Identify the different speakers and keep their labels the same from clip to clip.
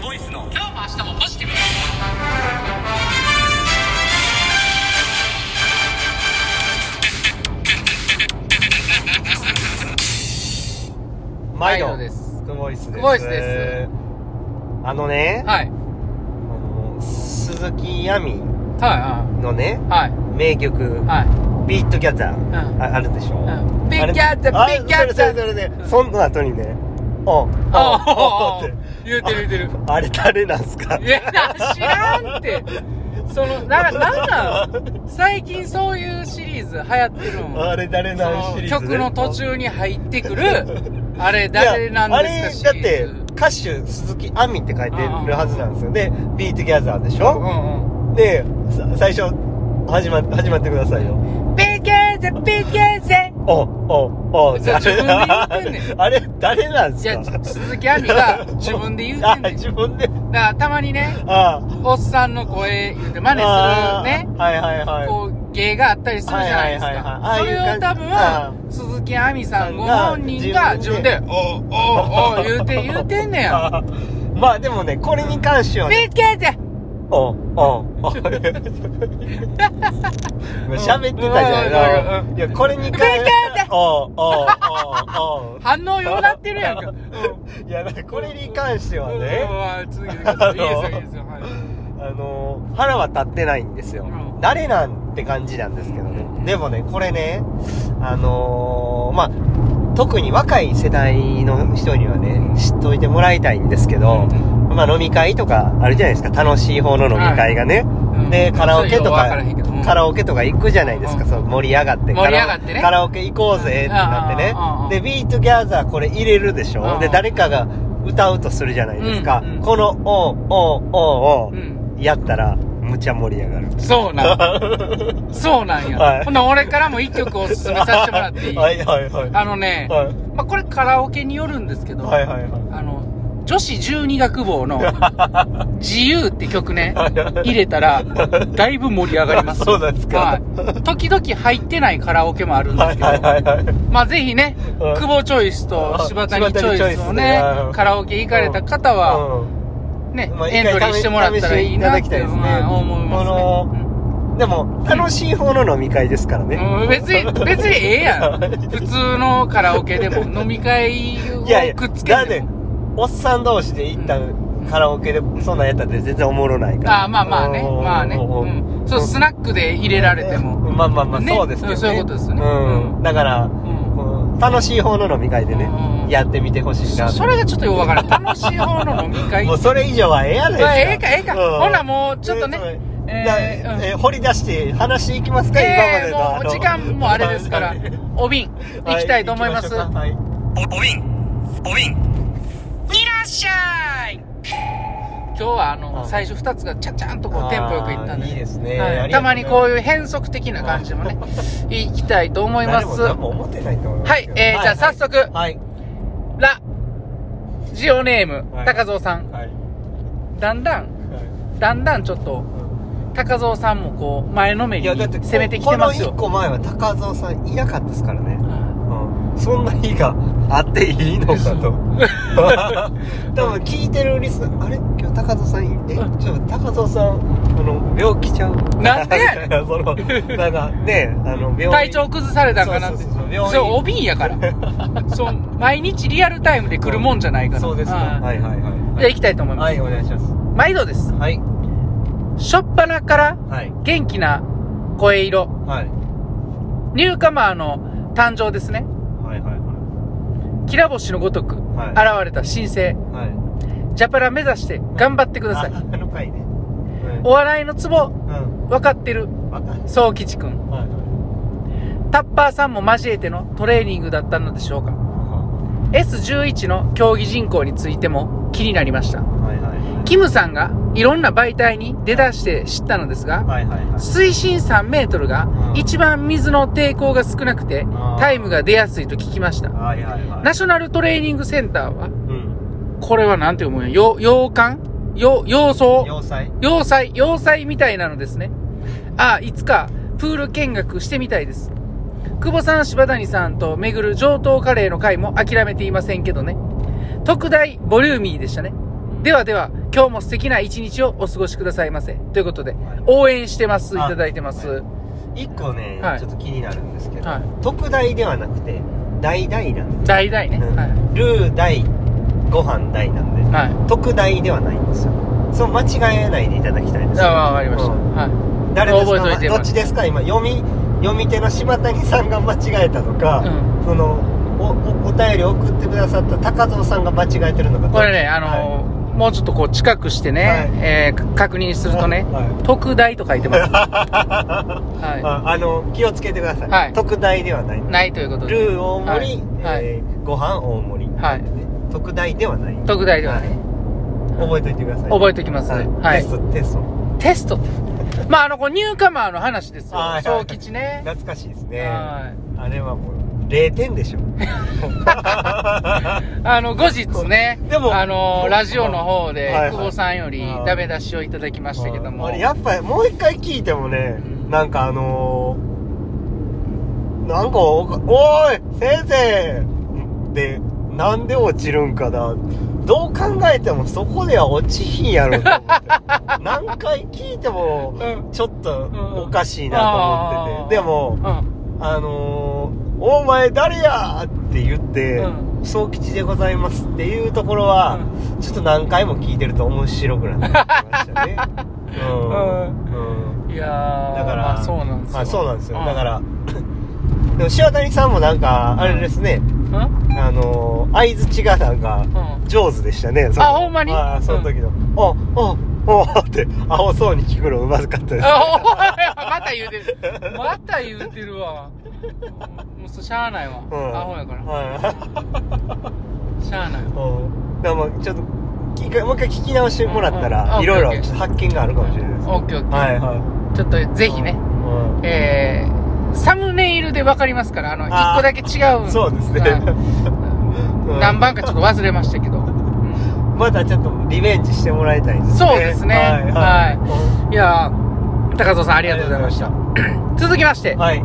Speaker 1: ボイスの
Speaker 2: 今日も明日もポジティブに
Speaker 3: 毎
Speaker 2: 毎度
Speaker 3: 度
Speaker 2: です
Speaker 3: クボイスです
Speaker 2: クボイスです
Speaker 3: あのね、
Speaker 2: はい
Speaker 3: あの鈴木亜美
Speaker 2: は
Speaker 3: のね
Speaker 2: いはい
Speaker 3: 名曲
Speaker 2: は
Speaker 3: 「
Speaker 2: い
Speaker 3: ビートギャザー」
Speaker 2: うん
Speaker 3: ああるでしょ、
Speaker 2: うんビートギャザー
Speaker 3: あ
Speaker 2: ビ
Speaker 3: れ
Speaker 2: ートギャザ
Speaker 3: あ
Speaker 2: ー
Speaker 3: それそれそれで、
Speaker 2: うん
Speaker 3: その後にね「おん
Speaker 2: あ
Speaker 3: おんおんって
Speaker 2: 言うてる言うてる
Speaker 3: ああれ誰なんすか
Speaker 2: いや知らんってそのななんなの最近そういうシリーズ流行ってる ん
Speaker 3: あれ誰
Speaker 2: そ
Speaker 3: なんシ
Speaker 2: の
Speaker 3: リーズ、ね、
Speaker 2: 曲の途中に入ってくるあれ誰なんですか
Speaker 3: い
Speaker 2: シ
Speaker 3: やあれだ
Speaker 2: リーズ
Speaker 3: って歌手鈴木亜美って書いてるはずなんですよで「ビートギャザー」でしょ、
Speaker 2: うん
Speaker 3: でさ最初始ま始まってくださいよ
Speaker 2: うんビートギャザービートギャザー
Speaker 3: おおお
Speaker 2: じゃあ
Speaker 3: あれ
Speaker 2: 自分で言ってんね ん
Speaker 3: あれ誰なんす
Speaker 2: じゃ
Speaker 3: か
Speaker 2: あ鈴木亜美が自分で言うてん
Speaker 3: あ
Speaker 2: ねんだ
Speaker 3: 自分で
Speaker 2: からたまにね
Speaker 3: あ
Speaker 2: おっさんの声言うて真
Speaker 3: ああ
Speaker 2: 似するね
Speaker 3: はいはいはい
Speaker 2: こう芸があったりするじゃないです
Speaker 3: はいはいはい
Speaker 2: か
Speaker 3: はい
Speaker 2: それ
Speaker 3: ああい
Speaker 2: を
Speaker 3: う
Speaker 2: 多
Speaker 3: 感じあ
Speaker 2: 分鈴木亜美さんご本人
Speaker 3: が
Speaker 2: が自分で「おうおうおう」言うて言うてんねや
Speaker 3: あまあでもねこれに関しては
Speaker 2: ビ
Speaker 3: ね
Speaker 2: ートギャザー
Speaker 3: おおお 喋ってたじゃない
Speaker 2: うん
Speaker 3: のいやこれに関
Speaker 2: めっちゃやった
Speaker 3: おおおおお
Speaker 2: 反応ようなってるやんか
Speaker 3: いやだから これに関してはね
Speaker 2: ね続けてくださいいいですよいいですよ はい
Speaker 3: あのー腹は立ってないんですよ、
Speaker 2: うん
Speaker 3: 誰なんて感じなんですけどね、
Speaker 2: うん
Speaker 3: でもねこれねあのーまあ特に若い世代の人にはね知っといてもらいたいんですけど、まあ飲み会とかあるじゃないですか楽しい方の飲み会がね、
Speaker 2: うん
Speaker 3: でカラオケと
Speaker 2: そうようわ
Speaker 3: か
Speaker 2: らへんけどうん
Speaker 3: カラオケとか行くじゃないですか、
Speaker 2: うん
Speaker 3: そう盛り上がって
Speaker 2: 盛り上がってね
Speaker 3: カラオケ行こうぜってなってね
Speaker 2: うんうんうん
Speaker 3: でビートギャザーこれ入れるでしょ、
Speaker 2: うん
Speaker 3: で誰かが歌うとするじゃないですか、
Speaker 2: うんうん
Speaker 3: この「おんおんおんおん」
Speaker 2: うん
Speaker 3: やったらむちゃ盛り上がる
Speaker 2: そうなんそうなん
Speaker 3: は
Speaker 2: や
Speaker 3: い
Speaker 2: ほんなら俺からも一曲おすすめさせてもらっていい
Speaker 3: はいはいはい
Speaker 2: あのね
Speaker 3: はい
Speaker 2: まあこれカラオケによるんですけど
Speaker 3: はいはいはい
Speaker 2: あの、女子十二学 坊の自由って曲ね、入れたら、だいぶ盛り上がります。
Speaker 3: そうなんですか
Speaker 2: はい。時々入ってないカラオケもあるんです
Speaker 3: はい
Speaker 2: けど、
Speaker 3: はいはいはい
Speaker 2: まあぜひね、
Speaker 3: うん
Speaker 2: 久保チョイスと柴谷チョイス
Speaker 3: 柴谷チョイス
Speaker 2: をね
Speaker 3: ねう、ん
Speaker 2: カラオケ行かれた方は、
Speaker 3: う
Speaker 2: ね
Speaker 3: ま、あ
Speaker 2: エントリーしてもらったらいいなって
Speaker 3: 一回試していただきたいですね
Speaker 2: まあ思いますね。
Speaker 3: んでも楽しい方の飲み会ですからね、
Speaker 2: うん別に、別にええや ん。普通のカラオケでも飲み会
Speaker 3: いやいや
Speaker 2: をくっつけ
Speaker 3: だってて
Speaker 2: も。
Speaker 3: おっさん同士で行ったカラオケでそんなんやったって全然おもろないから
Speaker 2: あーまあまあね、
Speaker 3: うん
Speaker 2: まあね、
Speaker 3: ん
Speaker 2: うん、そうスナックで入れられても、
Speaker 3: まあまあまあ
Speaker 2: ね
Speaker 3: そうですけどね
Speaker 2: そういうことですよね
Speaker 3: うん
Speaker 2: う
Speaker 3: だから
Speaker 2: うん
Speaker 3: こう楽しい方の飲み会でね
Speaker 2: うんうん
Speaker 3: やってみてほしいな
Speaker 2: それがちょっとよくわからん楽しい方の飲み会
Speaker 3: もうそれ以上はええやないです
Speaker 2: ま
Speaker 3: か
Speaker 2: あええかええか、
Speaker 3: うん
Speaker 2: ほなもうちょっとね
Speaker 3: ええそう
Speaker 2: えー
Speaker 3: だ
Speaker 2: うん
Speaker 3: えー掘り出して話していきますか、
Speaker 2: えー
Speaker 3: 今までの
Speaker 2: もう時間もあれで すからお瓶行きたいと思います、
Speaker 3: は行きしょうか
Speaker 1: おおびんおびん
Speaker 2: い、らっしゃい今日はあの、
Speaker 3: うん
Speaker 2: 最初2つがちゃちゃんとこうテンポよくいったんで,、
Speaker 3: あーいいですね
Speaker 2: は
Speaker 3: あ
Speaker 2: い、
Speaker 3: りがとうございます
Speaker 2: たまにこういう変則的な感 じもね行きたいと思いま
Speaker 3: 誰も
Speaker 2: す
Speaker 3: 何も思ってないと思います
Speaker 2: はい、えー、じゃあ早速、
Speaker 3: はい
Speaker 2: ラジオネーム、
Speaker 3: はい
Speaker 2: 高蔵さん
Speaker 3: はい
Speaker 2: だんだんだんだんちょっと高蔵さんもこう前のめ
Speaker 3: い
Speaker 2: り
Speaker 3: や
Speaker 2: に
Speaker 3: だって
Speaker 2: 攻めてきてますよ
Speaker 3: この1個前は高蔵さんいなかったですからね、うん、そんな日があっていいのか と多分聞いてるリスナーあれ今日高蔵さんいえちょっと高蔵さんあの病気ちゃう
Speaker 2: なんでやねん
Speaker 3: みたいな そのなんかねあの病院
Speaker 2: 体調崩されたんかなって
Speaker 3: そうそうそう病院
Speaker 2: そうお瓶やから そう毎日リアルタイムで来るもんじゃないから
Speaker 3: そうですか
Speaker 2: はい
Speaker 3: はいはいはい
Speaker 2: じゃあ行きたいと思います、
Speaker 3: はいお願いします
Speaker 2: 毎度です
Speaker 3: はい
Speaker 2: しょっぱなから
Speaker 3: はい
Speaker 2: 元気な声色
Speaker 3: はい
Speaker 2: ニューカマーの誕生ですね
Speaker 3: はいはい
Speaker 2: きら星のごとく現
Speaker 3: はい
Speaker 2: れた新星
Speaker 3: はいはい
Speaker 2: ジャパラ目指して頑張ってください
Speaker 3: ああの回ね
Speaker 2: お笑いのツボ
Speaker 3: うんうん
Speaker 2: 分かってる
Speaker 3: わかんない
Speaker 2: 宗吉くん
Speaker 3: はい
Speaker 2: タッパーさんも交えてのトレーニングだったのでしょうか S11 の競技人口についても気になりました
Speaker 3: はいはい
Speaker 2: キムさんがいろんな媒体に出だして知ったのですが
Speaker 3: はいはいはいはい
Speaker 2: 水深3メートルが一番水の抵抗が少なくてタイムが出やすいと聞きました
Speaker 3: はいはいはい
Speaker 2: ナショナルトレーニングセンターは
Speaker 3: うん
Speaker 2: これはなんて読むんやよ洋館よ洋装
Speaker 3: 要塞
Speaker 2: 要塞、要塞みたいなのですね。ああ、いつかプール見学してみたいです。久保さん、柴谷さんと巡る上等カレーの会も諦めていませんけどね。特大ボリューミーでしたね。
Speaker 3: うん
Speaker 2: ではでは、今日も素敵な一日をお過ごしくださいませ。ということで、応援してます。いただいてます。
Speaker 3: は一個ね、
Speaker 2: はい
Speaker 3: ちょっと気になるんですけど、
Speaker 2: はい
Speaker 3: 特大ではなくて大大なんで
Speaker 2: 大々ね。
Speaker 3: うん
Speaker 2: は
Speaker 3: ルー大ご飯大なんで
Speaker 2: い。は
Speaker 3: 特大ではないんですよその間違えないでいただきたいで
Speaker 2: い。
Speaker 3: す
Speaker 2: じゃあ、わかりました。
Speaker 3: うん
Speaker 2: は
Speaker 3: 誰ですか
Speaker 2: 覚えといて
Speaker 3: まあどっちですか今読み読み手の柴谷さんが間違えたとか、
Speaker 2: う
Speaker 3: そのおおお便り送ってくださった高蔵さんが間違えてるのか
Speaker 2: い。これね、あのーもうちょっとこう近くしてね、
Speaker 3: はい
Speaker 2: えー確認するとね、
Speaker 3: はい
Speaker 2: 特大と書い てます。は
Speaker 3: ああの気をつけてください、
Speaker 2: はい
Speaker 3: 特大ではない
Speaker 2: い。ないということで。
Speaker 3: ルー大盛り、
Speaker 2: はい
Speaker 3: えーご飯大盛り、
Speaker 2: はい
Speaker 3: 特大ではない
Speaker 2: 特大ではない。
Speaker 3: 覚えておいてください
Speaker 2: 覚え
Speaker 3: て
Speaker 2: ておきます。
Speaker 3: は、
Speaker 2: はいい
Speaker 3: テス。トテスト
Speaker 2: テストって。まあ、あの、こうニューカマーの話ですよ
Speaker 3: は。い
Speaker 2: 総吉ね。
Speaker 3: 懐かしいですねあ
Speaker 2: はい。
Speaker 3: れはもう0点でしょ
Speaker 2: あの、後日ね、
Speaker 3: でも
Speaker 2: あのー、ラジオの方で、
Speaker 3: はいはい
Speaker 2: 久保さんよりダメ出しをいただきましたけども。
Speaker 3: あれやっぱりもう一回聞いてもね
Speaker 2: うん
Speaker 3: なんかあのー、なんかおかおーい先生でなんで落ちるんかなどう考えてもそこでは落ちひんやろと思って何回聞いても
Speaker 2: うん
Speaker 3: ちょっと
Speaker 2: ん
Speaker 3: おかしいなと思ってて、で
Speaker 2: あー
Speaker 3: も
Speaker 2: うん。
Speaker 3: あのー「お前誰や!」って言って
Speaker 2: う
Speaker 3: 「宗吉でございます」っていうところは、ちょっと何回も聞いてると面白くなってきま したねうん、うん
Speaker 2: いやー、
Speaker 3: だから、
Speaker 2: まあ、そうなんですよ。
Speaker 3: あそうなんですよ
Speaker 2: う
Speaker 3: だか、ら でも塩谷さんもなんかあれですね、
Speaker 2: うんうん
Speaker 3: あのー相づちがなんか上手でしたねその
Speaker 2: あほんまに
Speaker 3: あーその時の「おおおって青そうに聞くのうまかったです
Speaker 2: あおいまた言うてる。また言うてるわ。もう、そうしゃあないわ。
Speaker 3: うん
Speaker 2: アホやから。
Speaker 3: はい
Speaker 2: しゃあないわ。
Speaker 3: うんだからまあちょっと聞かもう一回聞き直してもらった
Speaker 2: うんうん
Speaker 3: ら、
Speaker 2: あ
Speaker 3: いろいろ
Speaker 2: オッケ
Speaker 3: ちょっ
Speaker 2: ーオッケー
Speaker 3: と発見があるかもしれないですね
Speaker 2: オッケーオッケー。
Speaker 3: はいは
Speaker 2: ちょっと、
Speaker 3: い
Speaker 2: ぜひね、
Speaker 3: うん
Speaker 2: えー、サムネイルでわかりますから、あの、一個だけ違うん。
Speaker 3: そうですね
Speaker 2: はい
Speaker 3: うん
Speaker 2: 何番かちょっと忘れましたけど。うん
Speaker 3: またちょっとリベンジしてもらいたいですね
Speaker 2: そうですねはい
Speaker 3: うん
Speaker 2: いやー、高蔵さんありがとうござい ました。続きまして、
Speaker 3: はい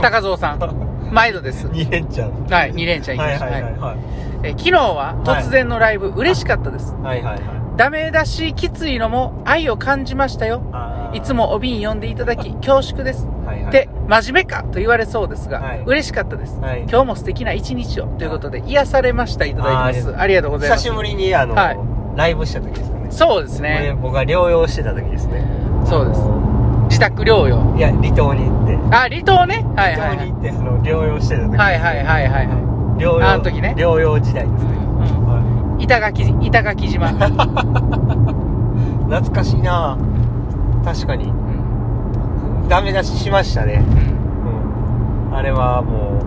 Speaker 2: 高蔵さん、毎度です。
Speaker 3: 2連チャン
Speaker 2: はい、2連チャンいき
Speaker 3: は
Speaker 2: ま
Speaker 3: い
Speaker 2: した。
Speaker 3: はい
Speaker 2: は
Speaker 3: はいいはい
Speaker 2: え昨日は突然のライブ、嬉しかったです。
Speaker 3: はいはいはい
Speaker 2: ダメ出しきついのも愛を感じましたよ。
Speaker 3: あー
Speaker 2: いつもお瓶呼んでいただき恐縮です。
Speaker 3: はいはい
Speaker 2: で、真面目かと言われそうですが、
Speaker 3: はい
Speaker 2: 嬉しかったです。
Speaker 3: はい
Speaker 2: 今日も素敵な一日をということで、癒されました。いただいてます。
Speaker 3: あ
Speaker 2: ありがとうございま
Speaker 3: 久
Speaker 2: す
Speaker 3: し。ぶりにあの、
Speaker 2: はい
Speaker 3: ライブした時ですよね
Speaker 2: そうですね。
Speaker 3: 僕が療養してた時ですね
Speaker 2: そうです
Speaker 3: あ。の
Speaker 2: 自宅療養。
Speaker 3: いや離島に行って
Speaker 2: あ、離島ね。はいは
Speaker 3: 離島
Speaker 2: い、は
Speaker 3: に
Speaker 2: い。
Speaker 3: 行ってその療養してた時です
Speaker 2: はいはいはいはいはい。
Speaker 3: 療養
Speaker 2: あの時ね
Speaker 3: 療養時代ですね、
Speaker 2: うん
Speaker 3: は
Speaker 2: うん板垣、板垣 島。うん
Speaker 3: い懐かしいな確かにダメ出ししましたねうんあれはも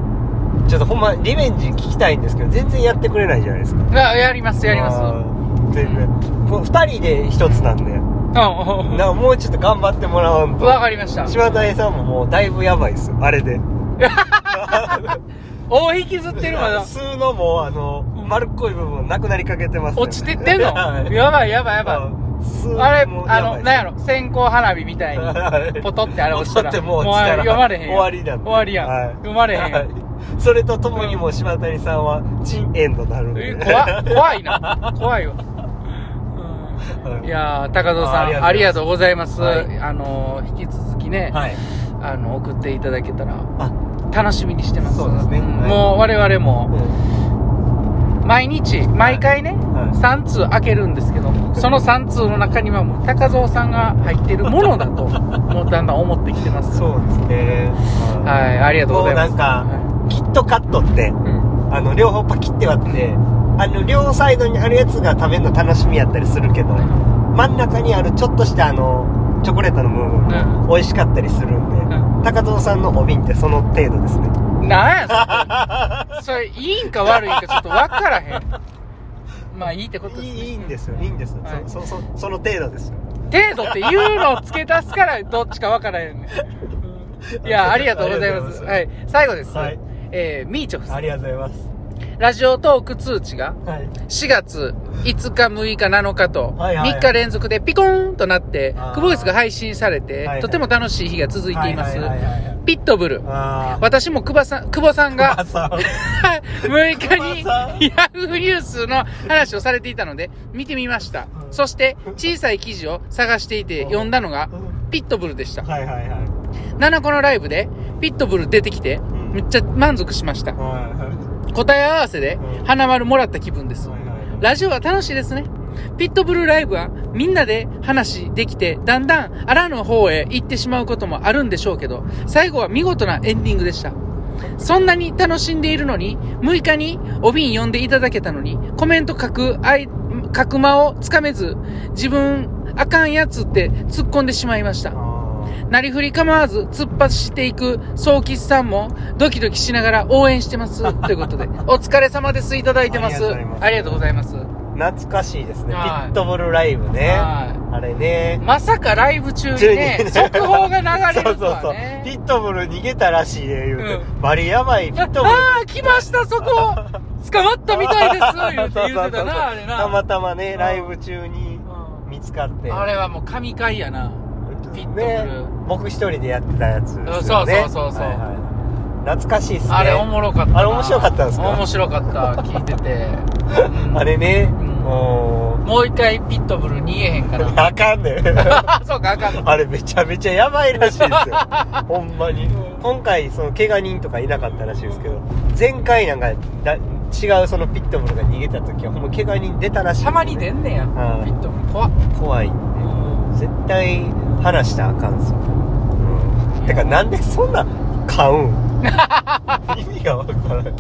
Speaker 3: うちょっとほんまリベンジ聞きたいんですけど全然やってくれないじゃないですか
Speaker 2: うんあやります、やります。
Speaker 3: あー全然こう二人で一つなんで
Speaker 2: うん
Speaker 3: なんかもうちょっと頑張ってもらわんと
Speaker 2: わかりました。
Speaker 3: 島谷さんももうだいぶやばいっすよあれで
Speaker 2: 大引きずってるまだ。
Speaker 3: 吸うのもあの
Speaker 2: うん
Speaker 3: 丸っこい部分なくなりかけてますね
Speaker 2: 落ちてってんの
Speaker 3: はい
Speaker 2: やばいやばいやばい。あれ、あの、なんや
Speaker 3: ろ
Speaker 2: ろ、線香花火みたいに、 ポトってあれ落ちたら。
Speaker 3: って もう落ちた
Speaker 2: あ
Speaker 3: ら
Speaker 2: れ読まれへんやん。
Speaker 3: 終わりだ
Speaker 2: 終わりやん。
Speaker 3: はい
Speaker 2: 読まれへんやん。
Speaker 3: はいそれとともにもう島谷さんはチンエンドなるんで
Speaker 2: え怖っ怖 いな。怖いわ。うんいやー高蔵さん、
Speaker 3: あ
Speaker 2: あ
Speaker 3: あ
Speaker 2: り
Speaker 3: り
Speaker 2: が
Speaker 3: が
Speaker 2: と
Speaker 3: と
Speaker 2: うございます。
Speaker 3: はい
Speaker 2: あのー、引き続きね、
Speaker 3: はい
Speaker 2: あの、送っていただけたら、
Speaker 3: あ
Speaker 2: 楽しみにしてます。
Speaker 3: そうですね
Speaker 2: ん
Speaker 3: はい
Speaker 2: もう、我々も、毎日、毎回ね、
Speaker 3: はい
Speaker 2: 3通開けるんですけど、その3通の中にはもう、高蔵さんが入ってるものだ と、もうだんだん思ってきてます。
Speaker 3: そうですね
Speaker 2: はいい、ありがとうございます。
Speaker 3: もうなんかキットカットって
Speaker 2: はいうん
Speaker 3: あの両方パキって割ってあの両サイドにあるやつが食べるの楽しみやったりするけど真ん中にあるちょっとしたあのチョコレートの部分
Speaker 2: う
Speaker 3: 美味しかったりするんで、
Speaker 2: う
Speaker 3: 高蔵さんのお瓶ってその程度ですね
Speaker 2: なんや それそれいいんか悪いんかちょっと分からへんまあいいってこと
Speaker 3: い
Speaker 2: です、ね、
Speaker 3: いいいんですよいいんですよ、
Speaker 2: はい
Speaker 3: そそそその程度ですよ
Speaker 2: 程度っていうのを付け足すからどっちか分からへんねんいやありがとうございます
Speaker 3: あ
Speaker 2: は
Speaker 3: り
Speaker 2: い最後です、
Speaker 3: はい
Speaker 2: えー、ミーチョフさ
Speaker 3: あ
Speaker 2: ん
Speaker 3: りがとうございます
Speaker 2: ラジオトーク通知が
Speaker 3: はい
Speaker 2: 4月5日6日7日と
Speaker 3: はいはい
Speaker 2: 3日連続でピコーンとなって
Speaker 3: あー
Speaker 2: クボイスが配信されて
Speaker 3: はいはい
Speaker 2: とても楽しい日が続いています
Speaker 3: はいはいはいはい
Speaker 2: ピットブル。
Speaker 3: ああ。
Speaker 2: 私も久保さん、久保さんが、
Speaker 3: あさん。
Speaker 2: はい6日に
Speaker 3: 熊さん
Speaker 2: ヤフーニュースの話をされていたので、見てみました。
Speaker 3: うん
Speaker 2: そして、小さい記事を探していて
Speaker 3: うん
Speaker 2: 読んだのが
Speaker 3: う、ん
Speaker 2: ピットブルでした。
Speaker 3: はいはいはい。
Speaker 2: 7個のライブで、ピットブル出てきて、
Speaker 3: ん
Speaker 2: めっちゃ満足しました。
Speaker 3: はいはい
Speaker 2: 答え合わせで
Speaker 3: う、ん
Speaker 2: 花丸もらった気分です。
Speaker 3: はい。
Speaker 2: ラジオは楽しいですね。ピットブルライブはみんなで話できて、だんだんあらぬ方へ行ってしまうこともあるんでしょうけど、最後は見事なエンディングでした。そんなに楽しんでいるのに、6日にお瓶呼んでいただけたのに、コメント書く、あい、書く間をつかめず、自分、あかんやつって突っ込んでしまいました。
Speaker 3: あ
Speaker 2: なりふり構わず突っ走していく総吉さんもドキドキしながら応援してます。ということで、お疲れ様です。いただいてます。あ
Speaker 3: あ
Speaker 2: り
Speaker 3: りがとう
Speaker 2: がとうご
Speaker 3: ご
Speaker 2: ざいます。
Speaker 3: ー懐かしいですね。ピ
Speaker 2: はい
Speaker 3: ットボールライブね。
Speaker 2: は
Speaker 3: あれね
Speaker 2: い。。まさかライブ中にね、速報が流れると
Speaker 3: そうそ
Speaker 2: は
Speaker 3: うそう
Speaker 2: ね。。
Speaker 3: ピットボール逃げたらしいで言うて。
Speaker 2: う
Speaker 3: バリヤバいピットボール。
Speaker 2: ああ、来ました、そこ捕まったみ たいです言うて言うてたな、あれ
Speaker 3: たま
Speaker 2: な。
Speaker 3: たま
Speaker 2: う
Speaker 3: ね、
Speaker 2: ん
Speaker 3: ライブ中に
Speaker 2: う
Speaker 3: 見つかって。
Speaker 2: んあれはもう神回やな。ピットブル
Speaker 3: 僕一人でやってたやつですよね。
Speaker 2: うんそうそうそうそう
Speaker 3: はいはい懐かしいっすね。
Speaker 2: あれおもろかったな。
Speaker 3: あれ面白かったんですか
Speaker 2: 面白かった、聞いてて。う ん
Speaker 3: あれね。
Speaker 2: うん
Speaker 3: もう
Speaker 2: もう一回ピットブル逃げへん から。
Speaker 3: あかんね
Speaker 2: そうか、あかん。
Speaker 3: あれめちゃめちゃやばいらしいです よ。ほんまに。今回、その、怪我人とかいなかったらしいですけど、前回なんか、だ違うそのピットブルが逃げた時は、ほんま怪我人出たらしい、
Speaker 2: たまに出
Speaker 3: ね。
Speaker 2: んねや、
Speaker 3: はい
Speaker 2: ピットブル怖っ
Speaker 3: 怖い。絶対、話したらあかんっすよ。うん。てか、なんでそんな、買 うん意味がわからない。ね。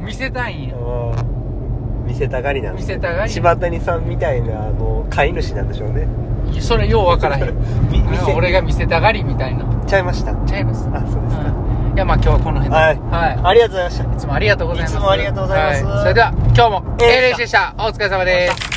Speaker 2: 見せたいんや
Speaker 3: うん見せたがりなん
Speaker 2: 見
Speaker 3: です
Speaker 2: せたがり
Speaker 3: 柴谷さんみたいな、あの、飼い主なんでしょうね。
Speaker 2: いやそれようわからへん
Speaker 3: み見
Speaker 2: なんか
Speaker 3: せ、
Speaker 2: 俺が見せたがりみたいな
Speaker 3: ちゃいました。
Speaker 2: ちゃいます
Speaker 3: あ、そうですか。
Speaker 2: いやまあ今日はこの辺では
Speaker 3: はいい、ありがとうございました。
Speaker 2: いつもありがとうございます
Speaker 3: いつもありがとうございます
Speaker 2: はそれでは今日も
Speaker 3: えー
Speaker 2: LH でしたお疲れ様です